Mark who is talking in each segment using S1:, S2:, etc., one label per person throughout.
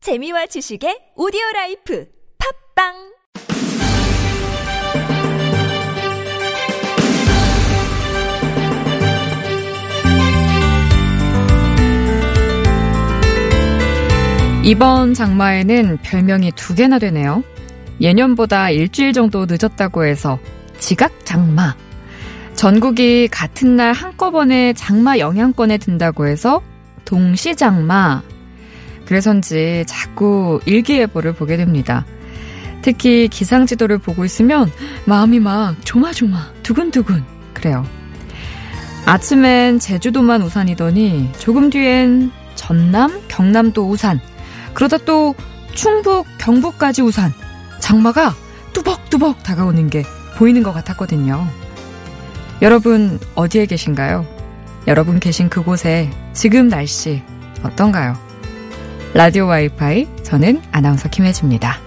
S1: 재미와 지식의 오디오 라이프 팝빵
S2: 이번 장마에는 별명이 두 개나 되네요. 예년보다 일주일 정도 늦었다고 해서 지각 장마. 전국이 같은 날 한꺼번에 장마 영향권에 든다고 해서 동시 장마. 그래서인지 자꾸 일기예보를 보게 됩니다. 특히 기상지도를 보고 있으면 마음이 막 조마조마, 두근두근 그래요. 아침엔 제주도만 우산이더니 조금 뒤엔 전남, 경남도 우산, 그러다 또 충북, 경북까지 우산, 장마가 뚜벅뚜벅 다가오는 게 보이는 것 같았거든요. 여러분, 어디에 계신가요? 여러분 계신 그곳에 지금 날씨 어떤가요? 라디오 와이파이, 저는 아나운서 김혜지입니다.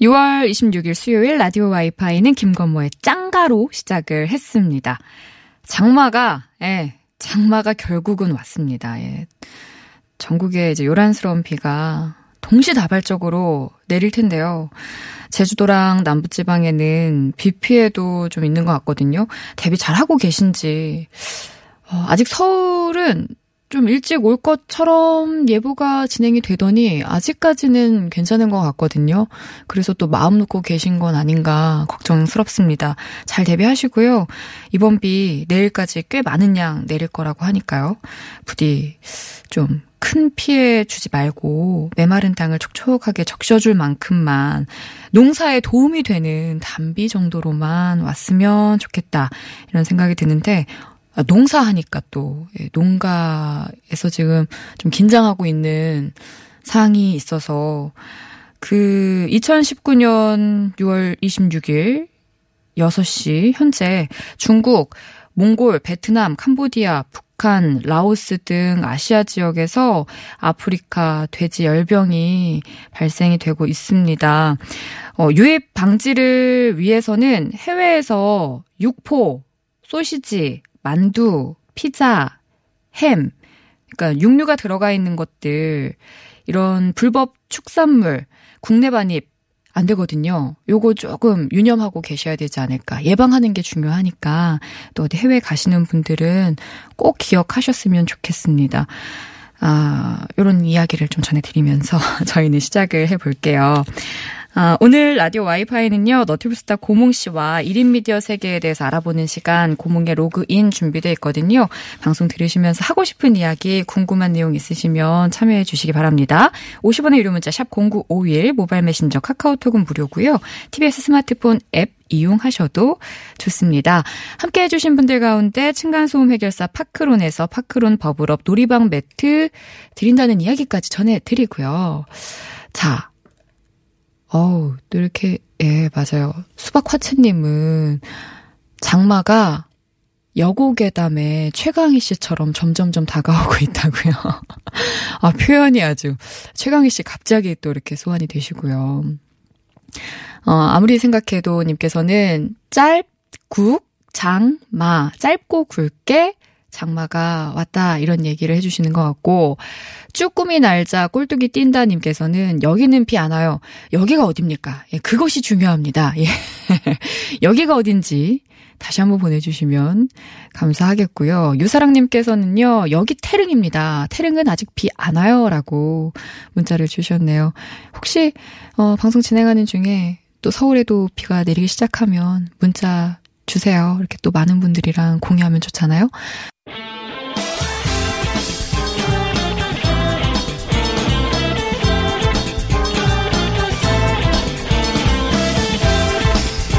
S2: 유월 26일 수요일 라디오 와이파이는 김건모의 짱가로 시작을 했습니다. 장마가, 예, 장마가 결국은 왔습니다. 예. 전국에 이제 요란스러운 비가 동시다발적으로 내릴 텐데요. 제주도랑 남부지방에는 비 피해도 좀 있는 것 같거든요. 대비 잘하고 계신지. 어, 아직 서울은 좀 일찍 올 것처럼 예보가 진행이 되더니 아직까지는 괜찮은 것 같거든요. 그래서 또 마음 놓고 계신 건 아닌가 걱정스럽습니다. 잘 대비하시고요. 이번 비 내일까지 꽤 많은 양 내릴 거라고 하니까요. 부디 좀 큰 피해 주지 말고 메마른 땅을 촉촉하게 적셔줄 만큼만 농사에 도움이 되는 단비 정도로만 왔으면 좋겠다 이런 생각이 드는데 아, 농사하니까 또 예, 농가에서 지금 좀 긴장하고 있는 사항이 있어서 그 2019년 6월 26일 6시 현재 중국, 몽골, 베트남, 캄보디아, 북한, 라오스 등 아시아 지역에서 아프리카 돼지 열병이 발생이 되고 있습니다. 어, 유입 방지를 위해서는 해외에서 육포, 소시지, 만두, 피자, 햄, 그러니까 육류가 들어가 있는 것들, 이런 불법 축산물, 국내 반입 안 되거든요. 요거 조금 유념하고 계셔야 되지 않을까. 예방하는 게 중요하니까 또 어디 해외 가시는 분들은 꼭 기억하셨으면 좋겠습니다. 아, 요런 이야기를 좀 전해드리면서 저희는 시작을 해볼게요. 아, 오늘 라디오 와이파이는요, 너튜브스타 고몽 씨와 1인 미디어 세계에 대해서 알아보는 시간, 고몽의 로그인 준비되어 있거든요. 방송 들으시면서 하고 싶은 이야기, 궁금한 내용 있으시면 참여해 주시기 바랍니다. 50원의 유료 문자, 샵0951, 모바일 메신저, 카카오톡은 무료고요 TBS 스마트폰 앱 이용하셔도 좋습니다. 함께 해주신 분들 가운데 층간소음 해결사 파크론에서 파크론 버블업 놀이방 매트 드린다는 이야기까지 전해드리고요. 자, 어우, 또 이렇게, 예, 맞아요. 수박화채님은 장마가 여고괴담의 최강희 씨처럼 점점점 다가오고 있다고요. 아, 표현이 아주. 최강희 씨 갑자기 또 이렇게 소환이 되시고요. 어, 아무리 생각해도 님께서는 짧, 국, 장, 마. 짧고 굵게 장마가 왔다 이런 얘기를 해주시는 것 같고 쭈꾸미 날자 꼴뚜기 뛴다 님께서는 여기는 비 안 와요 여기가 어딥니까 예, 그것이 중요합니다 예. 여기가 어딘지 다시 한번 보내주시면 감사하겠고요 유사랑 님께서는요 여기 태릉입니다 태릉은 아직 비 안 와요라고 문자를 주셨네요 혹시 어, 방송 진행하는 중에 또 서울에도 비가 내리기 시작하면 문자 주세요. 이렇게 또 많은 분들이랑 공유하면 좋잖아요.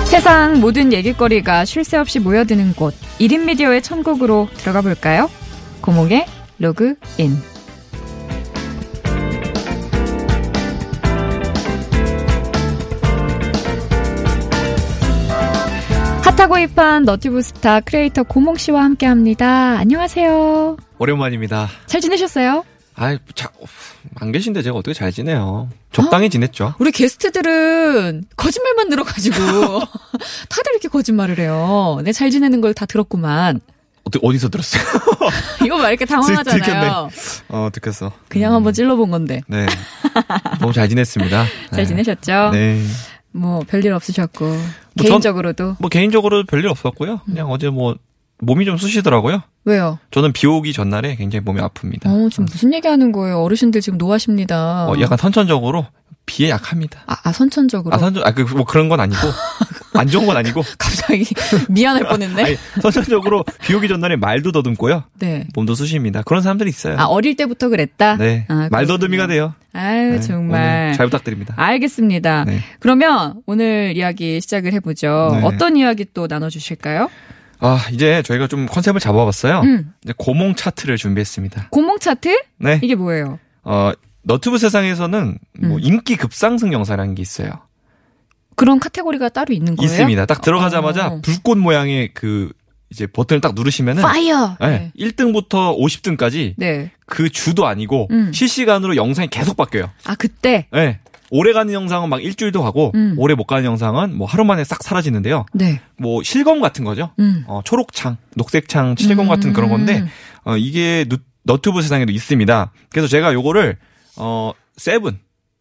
S2: 세상 모든 얘기거리가 쉴 새 없이 모여드는 곳 1인 미디어의 천국으로 들어가 볼까요? 고목의 로그인 스타 고입한 너튜브 스타 크리에이터 고몽 씨와 함께 합니다. 안녕하세요.
S3: 오랜만입니다.
S2: 잘 지내셨어요?
S3: 아이, 자, 안 계신데 제가 어떻게 잘
S2: 어?
S3: 지내요? 적당히 지냈죠.
S2: 우리 게스트들은 거짓말만 늘어가지고 다들 이렇게 거짓말을 해요. 내 잘 지내는 걸 다 들었구만.
S3: 어떻게, 어디서 들었어요?
S2: 이거 막 이렇게 당황하잖아요.
S3: 어, 듣겠어.
S2: 그냥 한번 찔러본 건데.
S3: 네. 너무 잘 지냈습니다.
S2: 잘
S3: 네.
S2: 지내셨죠?
S3: 네.
S2: 뭐 별일 없으셨고
S3: 전-
S2: 개인적으로도
S3: 뭐 개인적으로 별일 없었고요.
S2: 음.
S3: 그냥 어제 뭐 몸이 좀 쑤시더라고요.
S2: 왜요?
S3: 저는 비 오기 전날에 굉장히 몸이 아픕니다.
S2: 어, 지금 무슨 얘기하는 거예요? 어르신들 지금 노하십니다.
S3: 네. 어, 약간 선천적으로 비에 약합니다.
S2: 아, 아, 선천적으로
S3: 아, 선천, 아, 그, 뭐 그런 건 아니고. 안 좋은 건 아니고.
S2: 갑자기 미안할 뻔했네.
S3: 아니, 선천적으로 비 오기 전날에 말도 더듬고요.
S2: 네.
S3: 몸도 쑤십니다. 그런 사람들이 있어요.
S2: 아 어릴 때부터 그랬다.
S3: 네.
S2: 아,
S3: 말
S2: 그렇군요.
S3: 더듬이가 돼요.
S2: 아유
S3: 네,
S2: 정말.
S3: 오늘 잘 부탁드립니다.
S2: 알겠습니다.
S3: 네.
S2: 그러면 오늘 이야기 시작을 해보죠.
S3: 네.
S2: 어떤 이야기 또 나눠주실까요?
S3: 아, 이제 저희가 좀 컨셉을 잡아봤어요.
S2: 음,
S3: 이제 고몽 차트를 준비했습니다.
S2: 고몽 차트
S3: 네.
S2: 이게 뭐예요?
S3: 어, 너튜브 세상에서는 뭐
S2: 음.
S3: 인기 급상승 영상이라는 게 있어요.
S2: 그런 카테고리가 따로 있는 거예요?
S3: 있습니다. 딱 들어가자마자
S2: 어.
S3: 불꽃 모양의 그 이제 버튼을 딱 누르시면은
S2: 파이어.
S3: 네, 1등부터 50등까지
S2: 네.
S3: 그 주도 아니고
S2: 음.
S3: 실시간으로 영상이 계속 바뀌어요.
S2: 아 그때.
S3: 네. 오래 가는 영상은 막 일주일도 하고
S2: 음.
S3: 오래 못 가는 영상은 뭐 하루 만에 싹 사라지는데요.
S2: 네.
S3: 뭐 실검 같은 거죠.
S2: 음.
S3: 어, 초록창, 녹색창, 칠공 같은 그런 건데
S2: 음.
S3: 어, 이게 누- 너튜브 세상에도 있습니다. 그래서 제가 요거를 어 세븐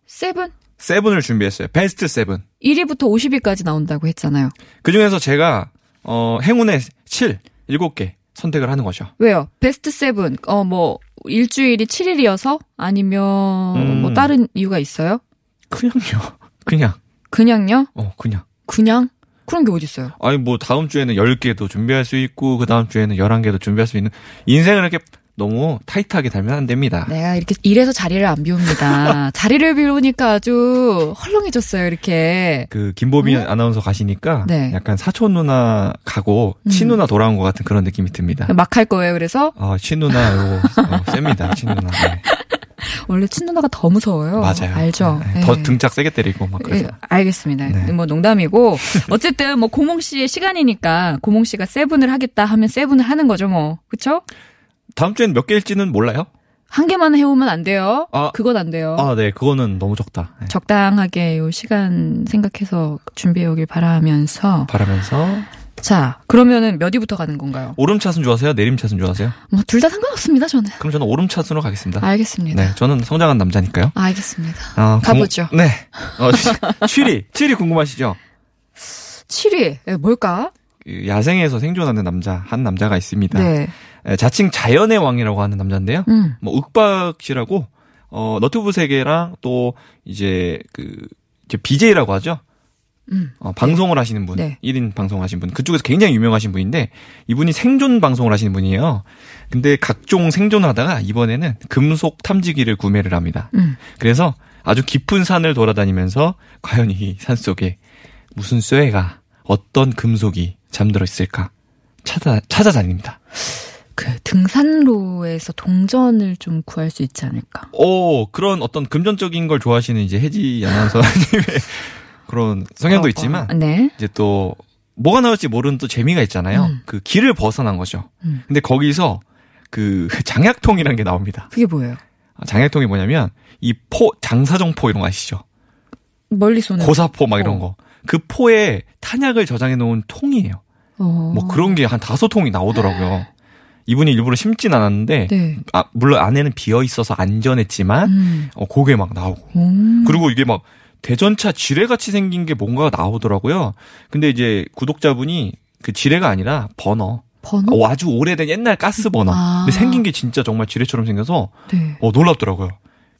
S2: 세븐
S3: 세븐을 준비했어요. 베스트 세븐.
S2: 1위부터 50위까지 나온다고 했잖아요.
S3: 그 중에서 제가 어 행운의 7, 7개 선택을 하는 거죠.
S2: 왜요? 베스트 세븐 어 뭐 일주일이 7일이어서 아니면
S3: 음.
S2: 뭐 다른 이유가 있어요?
S3: 그냥요. 그냥.
S2: 그냥요?
S3: 어, 그냥.
S2: 그냥 그런 게 어디 있어요?
S3: 아니 뭐 다음 주에는 10개도 준비할 수 있고 그 다음 주에는 11개도 준비할 수 있는 인생을 이렇게 너무 타이트하게 달면 안 됩니다.
S2: 내가 이렇게 이래서 자리를 안 비웁니다. 자리를 비우니까 아주 헐렁해졌어요. 이렇게
S3: 그 김보빈 아나운서 가시니까
S2: 네.
S3: 약간 사촌 누나 가고 친누나 돌아온 것 같은 그런 느낌이 듭니다.
S2: 막 할 거예요. 그래서
S3: 아, 친누나 요거 어, 셉니다. 친누나. 네.
S2: 원래 친누나가 더 무서워요.
S3: 맞아요.
S2: 어, 알죠?
S3: 네, 더
S2: 예.
S3: 등짝 세게 때리고 막 그래서.
S2: 예, 알겠습니다.
S3: 네.
S2: 뭐 농담이고 어쨌든 뭐 고몽 씨의 시간이니까 고몽 씨가 세븐을 하겠다 하면 세븐을 하는 거죠, 뭐 그렇죠?
S3: 다음 주엔 몇 개일지는 몰라요?
S2: 한 개만 해오면 안 돼요.
S3: 아.
S2: 그건 안 돼요.
S3: 아, 네. 그거는 너무 적다. 네.
S2: 적당하게 요 시간 생각해서 준비해 오길 바라면서
S3: 바라면서
S2: 자 그러면은 몇 위부터 가는 건가요?
S3: 오름차순 좋아하세요? 내림차순 좋아하세요?
S2: 뭐 둘 다 상관없습니다 저는.
S3: 그럼 저는 오름차순으로
S2: 아,
S3: 가겠습니다.
S2: 알겠습니다.
S3: 네. 저는 성장한 남자니까요.
S2: 알겠습니다.
S3: 아, 공-
S2: 가보죠.
S3: 네. 어, 7위. 7위 궁금하시죠?
S2: 7위 예, 뭘까?
S3: 그 야생에서 생존하는 남자, 한 남자가 있습니다.
S2: 네.
S3: 에, 자칭 자연의 왕이라고 하는 남자인데요.
S2: 음.
S3: 뭐 윽박씨라고 어 너튜브 세계랑 또 이제 그 이제 BJ라고 하죠.
S2: 음.
S3: 어, 방송을 하시는 분,
S2: 네.
S3: 1인 방송하신 분, 그쪽에서 굉장히 유명하신 분인데, 이분이 생존 방송을 하시는 분이에요. 근데 각종 생존을 하다가 이번에는 금속 탐지기를 구매를 합니다.
S2: 음.
S3: 그래서 아주 깊은 산을 돌아다니면서, 과연 이 산 속에 무슨 쇠가, 어떤 금속이 잠들어 있을까 찾아, 찾아다닙니다.
S2: 그 등산로에서 동전을 좀 구할 수 있지 않을까?
S3: 오, 그런 어떤 금전적인 걸 좋아하시는 이제 혜지 아나운서님의 그런 성향도
S2: 어,
S3: 있지만,
S2: 어, 네.
S3: 이제 또 뭐가 나올지 모르는 또 재미가 있잖아요.
S2: 음.
S3: 그 길을 벗어난 거죠.
S2: 음.
S3: 근데 거기서 그 장약통이라는 게 나옵니다.
S2: 그게 뭐예요?
S3: 아, 장약통이 뭐냐면 이 포 장사정포 이런 거 아시죠?
S2: 멀리 쏘는.
S3: 고사포 막
S2: 어.
S3: 이런 거. 그 포에 탄약을 저장해 놓은 통이에요.
S2: 어.
S3: 뭐 그런 게 한 다섯 통이 나오더라고요. 이분이 일부러 심진 않았는데
S2: 네.
S3: 아, 물론 안에는 비어 있어서 안전했지만
S2: 음.
S3: 어, 그게 막 나오고
S2: 오.
S3: 그리고 이게 막 대전차 지뢰같이 생긴 게 뭔가가 나오더라고요. 근데 이제 구독자분이 그 지뢰가 아니라 버너.
S2: 번호.
S3: 어, 아주 오래된 옛날 가스 버너.
S2: 음. 아.
S3: 근데 생긴 게 진짜 정말 지뢰처럼 생겨서
S2: 네.
S3: 어, 놀랍더라고요.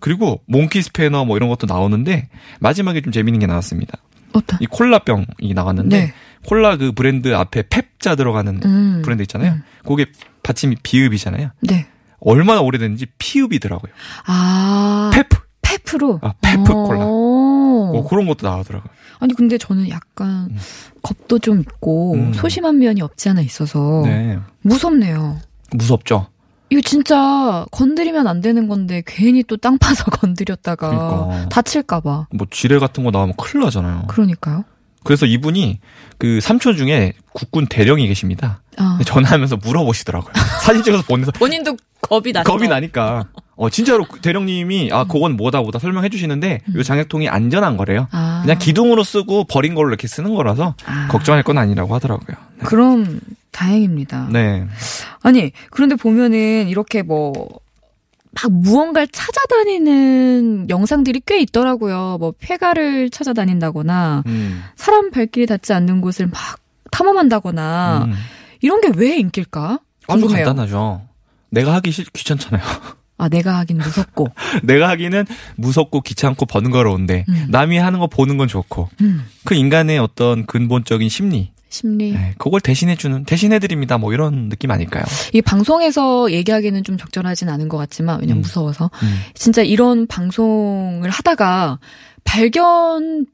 S3: 그리고 몽키 스패너 뭐 이런 것도 나오는데 마지막에 좀 재밌는 게 나왔습니다.
S2: 어떤?
S3: 이 콜라병이 나왔는데
S2: 네.
S3: 콜라 그 브랜드 앞에 펩자 들어가는
S2: 음.
S3: 브랜드 있잖아요. 그게 받침이 비읍이잖아요.
S2: 네.
S3: 얼마나 오래됐는지 피읍이더라고요.
S2: 아. 어.
S3: 펩.
S2: 페프로.
S3: 아, 페프 콜라.
S2: 오.
S3: 뭐 그런 것도 나오더라고요.
S2: 아니 근데 저는 약간
S3: 음.
S2: 겁도 좀 있고
S3: 음.
S2: 소심한 면이 없지 않아 있어서
S3: 네.
S2: 무섭네요.
S3: 무섭죠.
S2: 이거 진짜 건드리면 안 되는 건데 괜히 또 땅 파서 건드렸다가
S3: 그러니까.
S2: 다칠까봐.
S3: 뭐 지뢰 같은 거 나오면 큰일 나잖아요.
S2: 그러니까요.
S3: 그래서 이분이 그 삼촌 중에 국군 대령이 계십니다.
S2: 어.
S3: 전화하면서 물어보시더라고요. 사진 찍어서 보내서
S4: 본인도 겁이 났어.
S3: 겁이 나니까. 어, 진짜로 그 대령님이,
S2: 음.
S3: 아, 그건 뭐다 뭐다 설명해 주시는데, 요 장약통이 안전한 거래요.
S2: 아.
S3: 그냥 기둥으로 쓰고 버린 걸로 이렇게 쓰는 거라서,
S2: 아.
S3: 걱정할 건 아니라고 하더라고요.
S2: 그럼 다행입니다.
S3: 네.
S2: 아니 그런데 보면은 이렇게 뭐 막 무언가를 찾아다니는 영상들이 꽤 있더라고요. 뭐 폐가를 찾아다닌다거나
S3: 음.
S2: 사람 발길이 닿지 않는 곳을 막 탐험한다거나
S3: 음.
S2: 이런 게 왜 인기일까?
S3: 아주
S2: 아, 궁금해요.
S3: 간단하죠. 내가 하기 싫, 귀찮잖아요.
S2: 아 내가 하긴 무섭고.
S3: 내가 하기는 무섭고 귀찮고 번거로운데,
S2: 음.
S3: 남이 하는 거 보는 건 좋고,
S2: 음,
S3: 그 인간의 어떤 근본적인 심리,
S2: 심리.
S3: 네, 그걸 대신해주는, 대신해드립니다. 뭐 이런 느낌 아닐까요?
S2: 이 방송에서 얘기하기는 좀 적절하진 않은 것 같지만 왜냐면
S3: 음.
S2: 무서워서
S3: 음.
S2: 진짜 이런 방송을 하다가 발견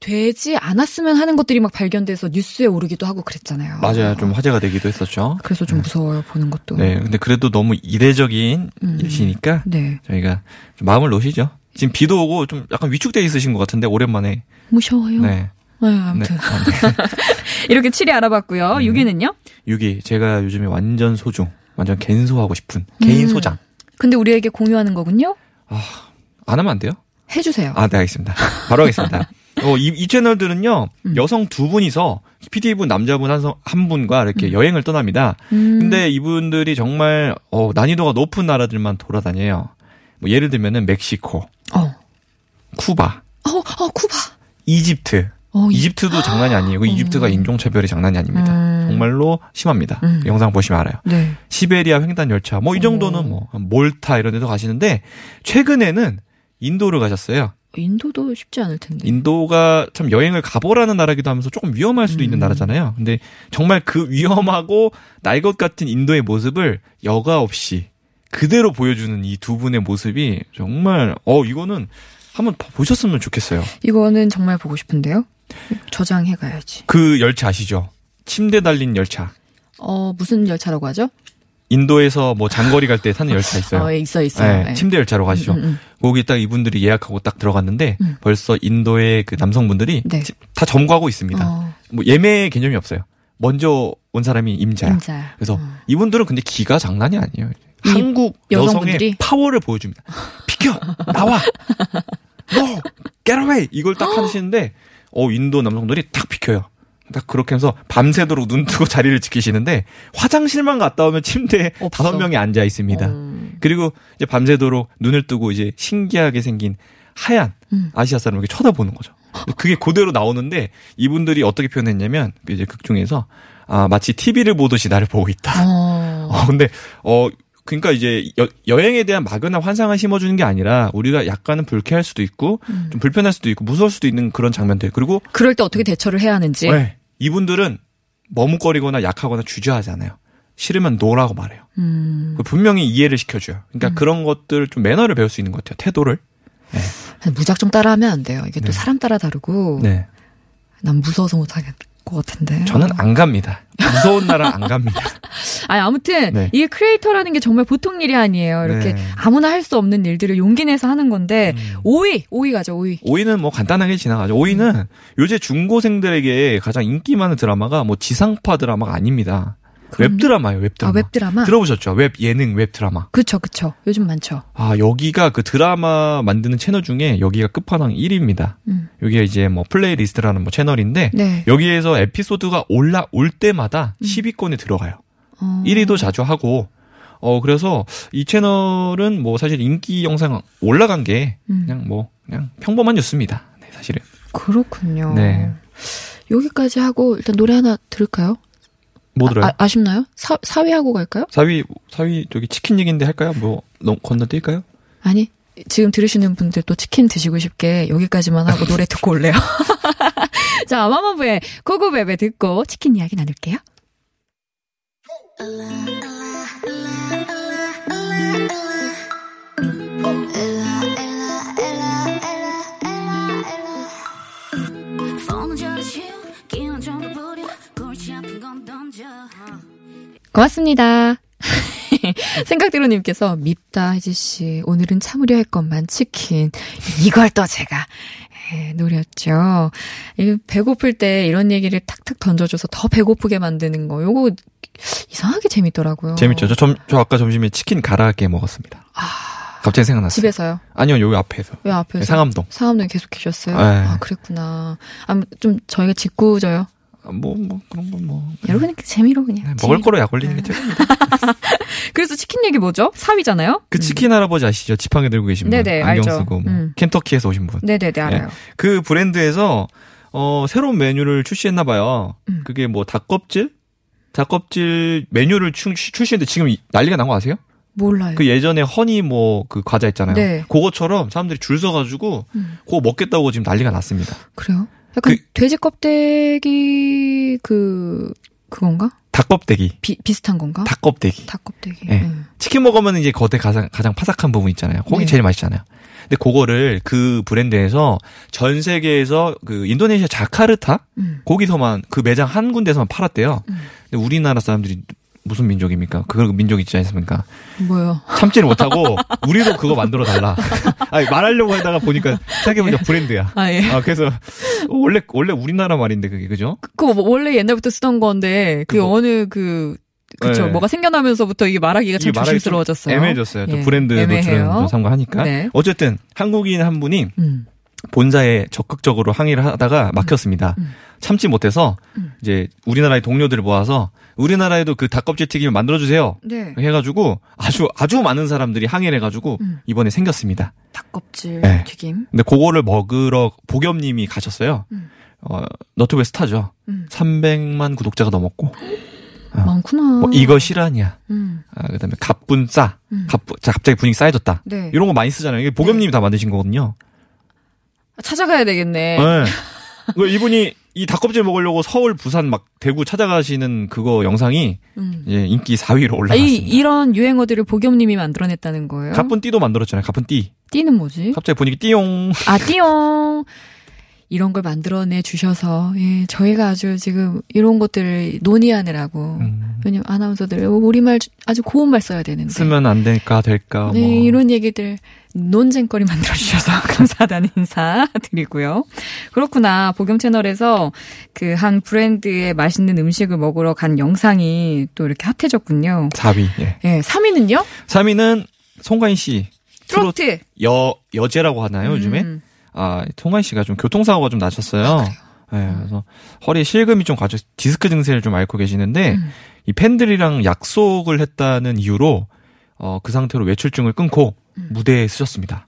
S2: 되지 않았으면 하는 것들이 막 발견돼서 뉴스에 오르기도 하고 그랬잖아요.
S3: 맞아요. 좀 화제가 되기도 했었죠.
S2: 그래서 좀 무서워요 보는 것도.
S3: 음. 네, 근데 그래도 너무 이례적인
S2: 음.
S3: 예시니까
S2: 네.
S3: 저희가 좀 마음을 놓으시죠. 지금 비도 오고 좀 약간 위축돼 있으신 것 같은데 오랜만에
S2: 무서워요. 네.
S3: 네. 네.
S2: 아무튼 이렇게 7위 알아봤고요.
S3: 음.
S2: 6위는요?
S3: 6위 제가 요즘에 완전 소중, 완전 갠소하고 싶은
S2: 음.
S3: 개인 소장.
S2: 근데 우리에게 공유하는 거군요.
S3: 안 하면 안 돼요?
S2: 해주세요.
S3: 아, 네, 알겠습니다. 바로 하겠습니다. 어, 이, 이 채널들은요,
S2: 음.
S3: 여성 두 분이서, PD분, 남자분 한, 성- 한 분과 이렇게 여행을 떠납니다.
S2: 음.
S3: 근데 이분들이 정말, 어, 난이도가 높은 나라들만 돌아다녀요. 뭐 예를 들면은 멕시코,
S2: 어.
S3: 쿠바,
S2: 어, 어, 쿠바.
S3: 이집트,
S2: 어, 이- 어.
S3: 이집트도 장난이 아니에요. 그 이집트가 인종차별이 장난이 아닙니다.
S2: 음.
S3: 정말로 심합니다.
S2: 음.
S3: 영상 보시면 알아요.
S2: 네.
S3: 시베리아 횡단열차, 뭐 이
S2: 어.
S3: 정도는 뭐, 몰타 이런 데도 가시는데, 최근에는 인도를 가셨어요.
S2: 인도도 쉽지 않을 텐데.
S3: 인도가 참 여행을 가보라는 나라기도 하면서 조금 위험할 수도
S2: 음.
S3: 있는 나라잖아요. 근데 정말 그 위험하고 날것 같은 인도의 모습을 여가 없이 그대로 보여주는 이 두 분의 모습이 정말, 어, 이거는 한번 보셨으면 좋겠어요.
S2: 이거는 정말 보고 싶은데요. 저장해 가야지.
S3: 그 열차 아시죠? 침대 달린 열차.
S2: 어, 무슨 열차라고 하죠?
S3: 인도에서 뭐 장거리 갈 때 타는 열차 있어요.
S2: 어, 있어 있어요.
S3: 네,
S2: 네.
S3: 침대 열차로 가시죠.
S2: 음, 음, 음.
S3: 거기 딱 이분들이 예약하고 딱 들어갔는데
S2: 음.
S3: 벌써 인도의 그 남성분들이
S2: 네.
S3: 지- 다 점거하고 있습니다.
S2: 어,
S3: 뭐 예매 개념이 없어요. 먼저 온 사람이 임자야.
S2: 임자야.
S3: 그래서
S2: 어.
S3: 이분들은 근데 기가 장난이 아니에요.
S2: 이
S3: 한국 여성의
S2: 여성분들이?
S3: 파워를 보여줍니다. 비켜 나와. no get away 이걸 딱 하시는데 어 인도 남성들이 딱 비켜요. 딱 그렇게 해서 밤새도록 눈 뜨고 자리를 지키시는데 화장실만 갔다 오면 침대에
S2: 없어.
S3: 다섯 명이 앉아 있습니다.
S2: 음.
S3: 그리고 이제 밤새도록 눈을 뜨고 이제 신기하게 생긴 하얀
S2: 음.
S3: 아시아 사람을 이렇게 쳐다보는 거죠. 그게 그대로 나오는데 이분들이 어떻게 표현했냐면 그 이제 극 중에서 아 마치 TV를 보듯이 나를 보고 있다.
S2: 어.
S3: 어 근데 어 그러니까 이제 여, 행에 대한 막연한 환상을 심어주는 게 아니라 우리가 약간은 불쾌할 수도 있고 좀 불편할 수도 있고 무서울 수도 있는 그런 장면들 그리고
S2: 그럴 때 어떻게 대처를 해야 하는지.
S3: 네, 이분들은 머뭇거리거나 약하거나 주저하잖아요. 싫으면 노라고 말해요.
S2: 음.
S3: 그 분명히 이해를 시켜줘요. 그러니까 그런 것들 좀 매너를 배울 수 있는 것 같아요. 태도를.
S2: 무작정 따라하면 안 돼요. 이게 또
S3: 네.
S2: 사람 따라 다르고
S3: 네.
S2: 난 무서워서 못 하겠. 것 같은데.
S3: 저는 안 갑니다. 무서운 나라 안 갑니다.
S2: 아니 아무튼
S3: 네.
S2: 이게 크리에이터라는 게 정말 보통 일이 아니에요. 이렇게
S3: 네. 음.
S2: 아무나 할 수 없는 일들을 용기 내서 하는 건데 5위, 5위 가죠. 아, 5위.
S3: 오이는 뭐 간단하게 지나가죠. 오이는
S2: 음.
S3: 요새 중고생들에게 가장 인기 많은 드라마가 뭐 지상파 드라마가 아닙니다.
S2: 그럼요?
S3: 웹드라마예요,
S2: 아
S3: 웹드라마.
S2: 웹드라마.
S3: 들어보셨죠? 웹 예능 웹드라마.
S2: 그쵸 그쵸. 요즘 많죠.
S3: 아, 여기가 그 드라마 만드는 채널 중에 여기가 끝판왕 1위입니다.
S2: 음.
S3: 여기가 이제 뭐 플레이리스트라는 뭐 채널인데
S2: 네. 음.
S3: 여기에서 에피소드가 올라올 때마다 10위권에 들어가요.
S2: 어.
S3: 1위도 자주 하고 어 그래서 이 채널은 뭐 사실 인기 영상 올라간 게
S2: 음.
S3: 그냥 뭐 그냥 평범한 뉴스입니다. 네, 사실은.
S2: 그렇군요.
S3: 네.
S2: 여기까지 하고 일단 노래 하나 들을까요?
S3: 뭐 들어요?
S2: 아, 쉽나요 사, 사회하고 갈까요?
S3: 사위 사위 저기 치킨 얘기인데 할까요? 뭐 넘- 건너뛸까요?
S2: 아니 지금 들으시는 분들 또 치킨 드시고 싶게 여기까지만 하고 노래 듣고 올래요. 자 마마부의 고고베베 듣고 치킨 이야기 나눌게요.
S5: 폰은 전시우 기운 좀 부려 골치 아픈 건 던져
S2: 고맙습니다. 생각대로님께서 밉다 혜지 씨 오늘은 참으려 할 것만 치킨 이걸 또 제가 네, 노렸죠. 이 배고플 때 이런 얘기를 탁탁 던져줘서 더 배고프게 만드는 거, 요거 이상하게 재밌더라고요.
S3: 재밌죠. 저, 점, 저 아까 점심에 치킨 가라아게 먹었습니다. 갑자기 생각났어요.
S2: 집에서요?
S3: 아니요, 여기 앞에서. 네,
S2: 왜 앞에서?
S3: 상암동.
S2: 사람들 계속 계셨어요?
S3: 네.
S2: 아, 그랬구나. 아, 좀 저희가 짓궂어요.
S3: 아, 뭐, 뭐, 그런 건 뭐.
S2: 여러분 재미로 그냥.
S3: 네,
S2: 재미로.
S3: 먹을 거로 약 올리는 게
S2: 음.
S3: 최고입니다.
S2: 그래서 치킨 얘기 뭐죠? 3위잖아요?
S3: 그 치킨 할아버지 아시죠? 지팡이 들고 계신 분.
S2: 네네,
S3: 안경
S2: 알죠.
S3: 쓰고. 뭐.
S2: 음.
S3: 켄터키에서 오신 분.
S2: 네네네, 알아요.
S3: 그 브랜드에서 어, 새로운 메뉴를 출시했나 봐요.
S2: 음.
S3: 그게 뭐 닭껍질? 닭껍질 메뉴를 추- 출시했는데 지금 이- 난리가 난 거 아세요?
S2: 몰라요.
S3: 그 예전에 허니 뭐 그 과자 있잖아요.
S2: 네.
S3: 그거처럼 사람들이 줄 서가지고
S2: 음.
S3: 그거 먹겠다고 지금 난리가 났습니다.
S2: 그래요? 약간
S3: 그-
S2: 돼지 껍데기 그 그건가?
S3: 닭껍데기,
S2: 비, 비슷한 건가?
S3: 닭껍데기.
S2: 닭 껍데기.
S3: 네.
S2: 음.
S3: 치킨 먹으면 이제 겉에 가장, 가장 파삭한 부분 있잖아요. 거기
S2: 네.
S3: 제일 맛있잖아요. 근데 그거를 그 브랜드에서 전 세계에서 그 인도네시아 자카르타
S2: 음.
S3: 거기서만 그 매장 한 군데서만 팔았대요.
S2: 음.
S3: 근데 우리나라 사람들이 무슨 민족입니까? 그걸 민족 있지 않습니까?
S2: 뭐요?
S3: 참지를 못하고 우리도 그거 만들어 달라. 아니 말하려고 하다가 보니까 생각해보니까 브랜드야.
S2: 아 예.
S3: 아 그래서 원래 원래 우리나라 말인데 그게 그죠?
S2: 그거 뭐 원래 옛날부터 쓰던 건데 그
S3: 그거.
S2: 어느 그 그쵸
S3: 네.
S2: 뭐가 생겨나면서부터 이게 말하기가 참
S3: 이게 말하기 좀
S2: 조심스러워졌어요.
S3: 애매해졌어요. 또
S2: 예,
S3: 브랜드 노출은
S2: 애매해요.
S3: 좀 상관하니까.
S2: 네.
S3: 어쨌든 한국인 한 분이
S2: 음.
S3: 본사에 적극적으로 항의를 하다가 막혔습니다.
S2: 음.
S3: 참지 못해서 이제 우리나라의 동료들을 모아서 우리나라에도 그 닭껍질 튀김을 만들어 주세요.
S2: 네.
S3: 해가지고 아주 아주 많은 사람들이 항의를 해가지고
S2: 음.
S3: 이번에 생겼습니다.
S2: 닭껍질
S3: 네.
S2: 튀김.
S3: 근데 그거를 먹으러 보겸님이 가셨어요.
S2: 음.
S3: 어, 너튜브 스타죠.
S2: 음.
S3: 300만 구독자가 넘었고 아.
S2: 많구나.
S3: 뭐 이거 실화냐.
S2: 음.
S3: 아, 그다음에 갑분 싸.
S2: 음.
S3: 갑 자, 갑자기 분위기 쌓여졌다.
S2: 네.
S3: 이런 거 많이 쓰잖아요. 이게 보겸님이 다 만드신 거거든요.
S2: 찾아가야 되겠네.
S3: 네. 그 이분이 이 닭껍질 먹으려고 서울, 부산, 막 대구 찾아가시는 그거 영상이
S2: 음. 아,
S3: 이제 인기 4위로
S2: 이,
S3: 올라갔습니다.
S2: 이런 유행어들을 보겸님이 만들어냈다는 거예요. 네?
S3: 갑분 띠도 만들었잖아요. 갑분 띠.
S2: 띠는 뭐지?
S3: 갑자기 분위기 띠용.
S2: 아, 띠용. 이런 걸 만들어내 주셔서, 예, 저희가 아주 지금 이런 것들을 논의하느라고.
S3: 음,
S2: 왜냐면 아나운서들, 어, 우리말 주- 아주 고운 말 써야 되는데.
S3: 쓰면 안 될까 될까. 뭐.
S2: 네, 이런 얘기들 논쟁거리 만들어주셔서 감사하다는 인사 드리고요. 그렇구나. 보겸 채널에서 그 한 브랜드의 맛있는 음식을 먹으러 간 영상이 또 이렇게 핫해졌군요.
S3: 4위. 예.
S2: 예, 3위는요?
S3: 3위는 송가인 씨. 트로트
S2: 트로트.
S3: 여 여제라고 하나요 요즘에?
S2: 음.
S3: 아 송가인 씨가 좀 교통사고가 좀
S2: 아,
S3: 나셨어요. 예, 그래서 허리에 실금이 좀 가죠. 디스크 증세를 좀 앓고 계시는데
S2: 음.
S3: 이 팬들이랑 약속을 했다는 이유로 어, 그 상태로 외출증을 끊고 무대에 쓰셨습니다.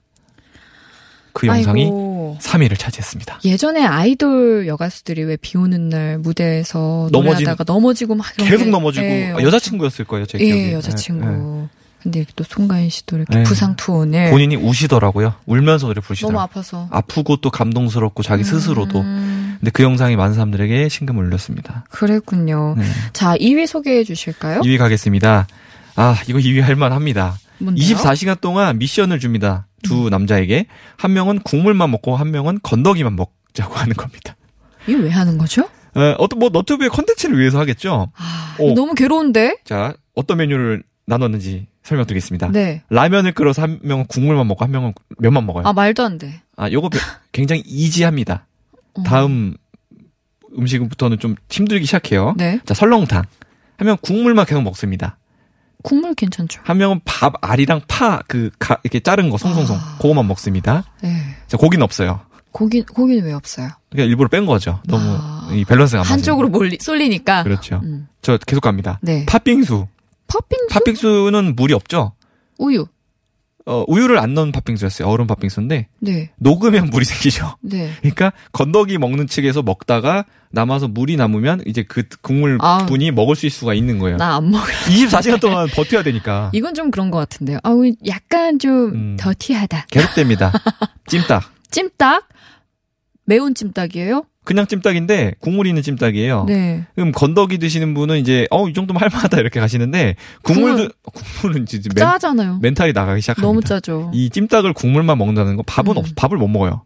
S3: 그 영상이
S2: 음. 아이고.
S3: 3위를 차지했습니다.
S2: 예전에 아이돌 여가수들이 왜 비 오는 날 무대에서
S3: 넘어진-
S2: 노래하다가 넘어지고 막 이런
S3: 계속
S2: 게-
S3: 넘어지고
S2: 예,
S3: 아, 여자친구였을 거예요 제 기억에.
S2: 예, 여자친구.
S3: 예,
S2: 근데 이렇게 또 송가인 씨도 이렇게
S3: 예.
S2: 부상
S3: 예.
S2: 투혼을
S3: 본인이 우시더라고요. 울면서 노래
S2: 너무
S3: 부르시더라고요.
S2: 아파서
S3: 아프고 또 감동스럽고 자기 스스로도.
S2: 음,
S3: 근데 그 영상이 많은 사람들에게 신금을 울렸습니다.
S2: 그랬군요.
S3: 네.
S2: 자, 2위 소개해 주실까요?
S3: 2위 가겠습니다. 아, 이거 2위 할만합니다.
S2: 뭔데요? 음.
S3: 24시간 동안 미션을 줍니다. 두 남자에게. 한 명은 국물만 먹고 한 명은 건더기만 먹자고 하는 겁니다.
S2: 이거 왜 하는 거죠?
S3: 어, 어떤, 뭐, 너튜브의 컨텐츠를 위해서 하겠죠?
S2: 아,
S3: 오.
S2: 너무 괴로운데.
S3: 자, 어떤 메뉴를 나눴는지 설명드리겠습니다.
S2: 네.
S3: 라면을 끓여서 한 명은 국물만 먹고 한 명은 면만 먹어요.
S2: 아 말도 안 돼.
S3: 아, 요거 벼- 굉장히 이지합니다.
S2: 어.
S3: 다음 음식부터는 좀 힘들기 시작해요.
S2: 네.
S3: 자, 설렁탕. 한 명은 국물만 계속 먹습니다.
S2: 국물 괜찮죠.
S3: 한 명은 밥, 알이랑 파, 그, 가- 이렇게 자른 거, 송송송.
S2: 아.
S3: 그거만 먹습니다.
S2: 예.
S3: 자, 고기는 없어요.
S2: 고기 고기는 왜 없어요?
S3: 그냥 일부러 뺀 거죠. 너무,
S2: 아.
S3: 이 밸런스가 안 아, 맞아요.
S2: 한쪽으로 몰리 쏠리니까.
S3: 그렇죠.
S2: 음.
S3: 저 계속 갑니다.
S2: 네.
S3: 팥빙수.
S2: 팥빙수
S3: 팥빙수는 물이 없죠?
S2: 우유.
S3: 어, 우유를 안 넣은 팥빙수였어요. 얼음 팥빙수인데,
S2: 네.
S3: 녹으면 물이 생기죠.
S2: 네.
S3: 그러니까 건더기 먹는 측에서 먹다가 남아서 물이 남으면 이제 그 국물
S2: 아.
S3: 분이 먹을 수 있을 수가 있는 거예요.
S2: 나 안 먹어.
S3: 24시간 동안 버텨야 되니까
S2: 이건 좀 그런 것 같은데요. 아우 약간 좀
S3: 음.
S2: 더티하다.
S3: 계속됩니다. 찜닭.
S2: 찜닭 매운 찜닭이에요?
S3: 그냥 찜닭인데 국물 있는 찜닭이에요.
S2: 네.
S3: 그럼 음, 건더기 드시는 분은 이제 어 이 정도면 할만하다 이렇게 가시는데 국물도 국물은 이제 멘,
S2: 짜잖아요.
S3: 멘탈이 나가기 시작합니다.
S2: 너무 짜죠.
S3: 이 찜닭을 국물만 먹는다는 거 밥은
S2: 음.
S3: 없 밥을 못 먹어요.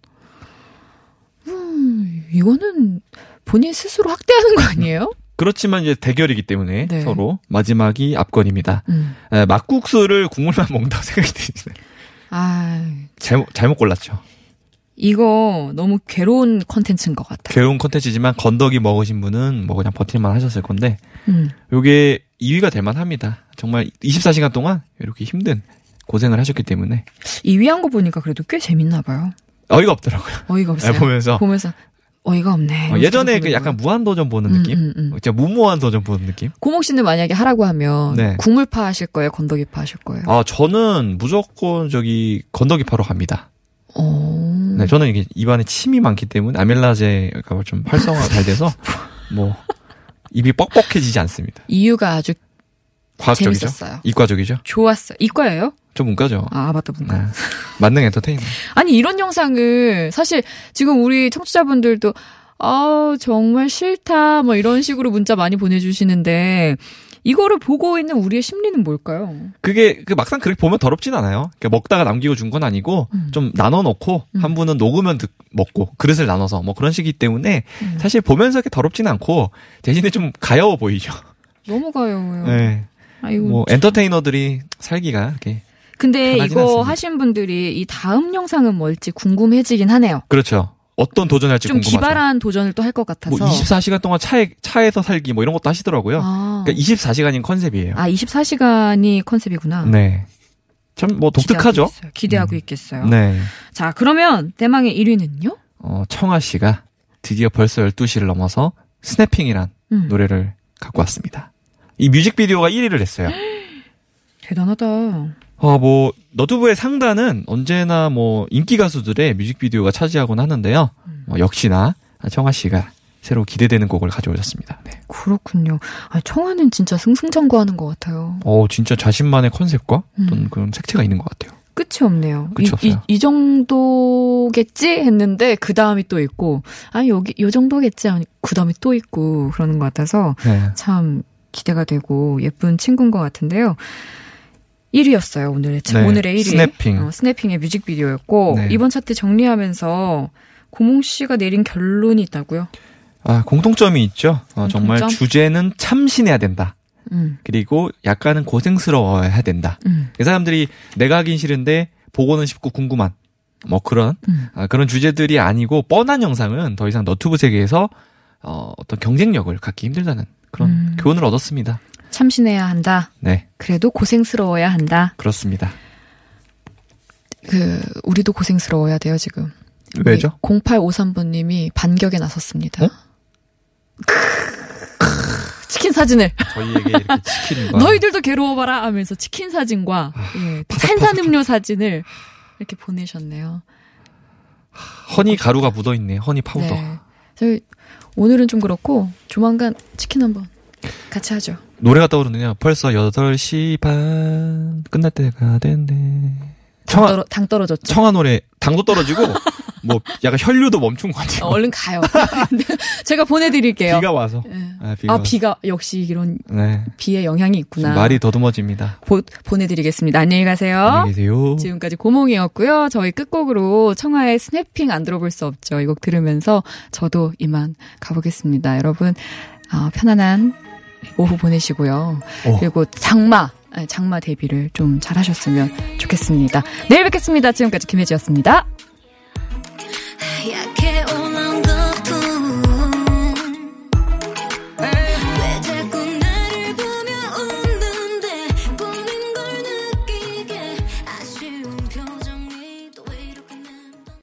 S2: 음, 이거는 본인 스스로 학대하는 거 아니에요?
S3: 그렇지만 이제 대결이기 때문에
S2: 네.
S3: 서로 마지막이 압권입니다.
S2: 음.
S3: 에, 막국수를 국물만 먹는다고 생각이 드시네.
S2: 아,
S3: 잘못 잘못 골랐죠.
S2: 이거 너무 괴로운 컨텐츠인 것 같아요.
S3: 괴로운 컨텐츠지만 건더기 먹으신 분은 뭐 그냥 버틸만 하셨을 건데
S2: 음.
S3: 요게 2위가 될 만합니다. 정말 24시간 동안 이렇게 힘든 고생을 하셨기 때문에
S2: 2위 한 거 보니까 그래도 꽤 재밌나 봐요.
S3: 어이가 없더라고요.
S2: 어이가 없어요.
S3: 네, 보면서
S2: 보면서 어이가 없네.
S3: 어, 예전에 그 약간 무한 도전 보는
S2: 음,
S3: 느낌,
S2: 음, 음.
S3: 진짜 무모한 도전 보는 느낌.
S2: 고목 씨는 만약에 하라고 하면
S3: 네.
S2: 국물파 하실 거예요, 건더기파 하실 거예요.
S3: 아 저는 무조건 저기 건더기 파로 갑니다.
S2: 어.
S3: 네, 저는 이게 입안에 침이 많기 때문에 아밀라제가 좀 활성화 잘 돼서 뭐 입이 뻑뻑해지지 않습니다.
S2: 이유가 아주
S3: 과학적이죠.
S2: 재밌었어요.
S3: 이과적이죠.
S2: 좋았어요. 이과예요?
S3: 좀 문과죠.
S2: 아 맞다 문과.
S3: 네. 만능 엔터테이너.
S2: 아니 이런 영상을 사실 지금 우리 청취자분들도 아 정말 싫다 뭐 이런 식으로 문자 많이 보내주시는데 이거를 보고 있는 우리의 심리는 뭘까요?
S3: 그게 그 막상 그렇게 보면 더럽진 않아요. 그러니까 먹다가 남기고 준 건 아니고
S2: 음.
S3: 좀 나눠 놓고 한 분은 녹으면 듣- 먹고 그릇을 나눠서 뭐 그런 식이기 때문에
S2: 음.
S3: 사실 보면서 이렇게 더럽진 않고 대신에 좀 가여워 보이죠.
S2: 너무 가요.
S3: 네.
S2: 음. 아이고.
S3: 뭐 엔터테이너들이 살기가 이렇게
S2: 근데
S3: 편하진
S2: 이거
S3: 않습니다.
S2: 하신 분들이 이 다음 영상은 뭘지 궁금해지긴 하네요.
S3: 그렇죠. 어떤 도전할지
S2: 좀
S3: 궁금하죠.
S2: 기발한 도전을 또 할 것
S3: 뭐
S2: 같아서.
S3: 24시간 동안 차에 차에서 살기 뭐 이런 것도 하시더라고요.
S2: 아.
S3: 그러니까 24시간인 컨셉이에요.
S2: 아, 24시간이 컨셉이구나.
S3: 네. 참 뭐 독특하죠.
S2: 기대하고 있어요. 기대하고
S3: 음.
S2: 있겠어요.
S3: 네.
S2: 자, 그러면 대망의 1위는요?
S3: 어, 청아 씨가 드디어 벌써 12시를 넘어서 스냅핑이란
S2: 음.
S3: 노래를 갖고 왔습니다. 이 뮤직비디오가 1위를 했어요.
S2: 대단하다.
S3: 어, 뭐, 너튜브의 상단은 언제나 뭐, 인기 가수들의 뮤직비디오가 차지하곤 하는데요. 어, 역시나, 청아 씨가 새로 기대되는 곡을 가져오셨습니다. 네.
S2: 그렇군요. 아, 청아는 진짜 승승장구하는 것 같아요.
S3: 어, 진짜 자신만의 컨셉과 어떤
S2: 음.
S3: 그런 색채가 있는 것 같아요.
S2: 끝이 없네요.
S3: 끝이
S2: 이,
S3: 없어요.
S2: 이, 이 정도겠지 했는데 그 다음이 또 있고 아 여기 요 정도겠지 하니 그 다음이 또 있고 그러는 것 같아서
S3: 네.
S2: 참 기대가 되고 예쁜 친구인 것 같은데요. 1위였어요 오늘의 차-
S3: 네,
S2: 오늘의 1위
S3: 스냅핑.
S2: 어, 스냅핑의 뮤직비디오였고
S3: 네.
S2: 이번 차트 정리하면서 고몽 씨가 내린 결론이 있다고요.
S3: 아, 공통점이 있죠. 어, 정말
S2: 공통점?
S3: 주제는 참신해야 된다.
S2: 음,
S3: 그리고 약간은 고생스러워야 된다.
S2: 음,
S3: 그 사람들이 내가 하긴 싫은데 보고는 싶고 궁금한 뭐 그런
S2: 음.
S3: 아, 그런 주제들이 아니고 뻔한 영상은 더 이상 너튜브 세계에서 어, 어떤 경쟁력을 갖기 힘들다는 그런
S2: 음.
S3: 교훈을 얻었습니다.
S2: 참신해야 한다.
S3: 네
S2: 그래도 고생스러워야 한다.
S3: 그렇습니다.
S2: 그 우리도 고생스러워야 돼요 지금. 우리
S3: 왜죠?
S2: 0853번님이 반격에 나섰습니다.
S3: 어?
S2: 크으, 치킨 사진을
S3: 저희에게 이렇게 치킨과
S2: 너희들도 괴로워봐라 하면서 치킨 사진과
S3: 아,
S2: 예, 탄산 음료 사진을 이렇게 보내셨네요.
S3: 허니 가루가 묻어 있네. 허니 파우더.
S2: 네. 저희 오늘은 좀 그렇고 조만간 치킨 한번 같이 하죠.
S3: 노래가 떠오르네요. 벌써 8시 반 끝날 때가 됐네.
S2: 당,
S3: 청아
S2: 떨어, 당 떨어졌죠.
S3: 청아 노래 당도 떨어지고 뭐 약간 혈류도 멈춘 것
S2: 어,
S3: 같아요.
S2: 얼른 가요. 제가 보내드릴게요.
S3: 비가 와서.
S2: 예.
S3: 아, 비가
S2: 아
S3: 와서.
S2: 비가 역시 이런
S3: 네.
S2: 비의 영향이 있구나. 어?
S3: 말이 더듬어집니다.
S2: 보, 보내드리겠습니다. 안녕히 가세요.
S3: 안녕히 계세요.
S2: 지금까지 고몽이었고요. 저희 끝곡으로 청하의 스냅핑 안 들어볼 수 없죠. 이 곡 들으면서 저도 이만 가보겠습니다. 여러분 아, 편안한 오후 보내시고요.
S3: 오.
S2: 그리고 장마 네, 장마 대비를 좀 잘하셨으면 좋겠습니다. 내일 뵙겠습니다. 지금까지 김혜지였습니다.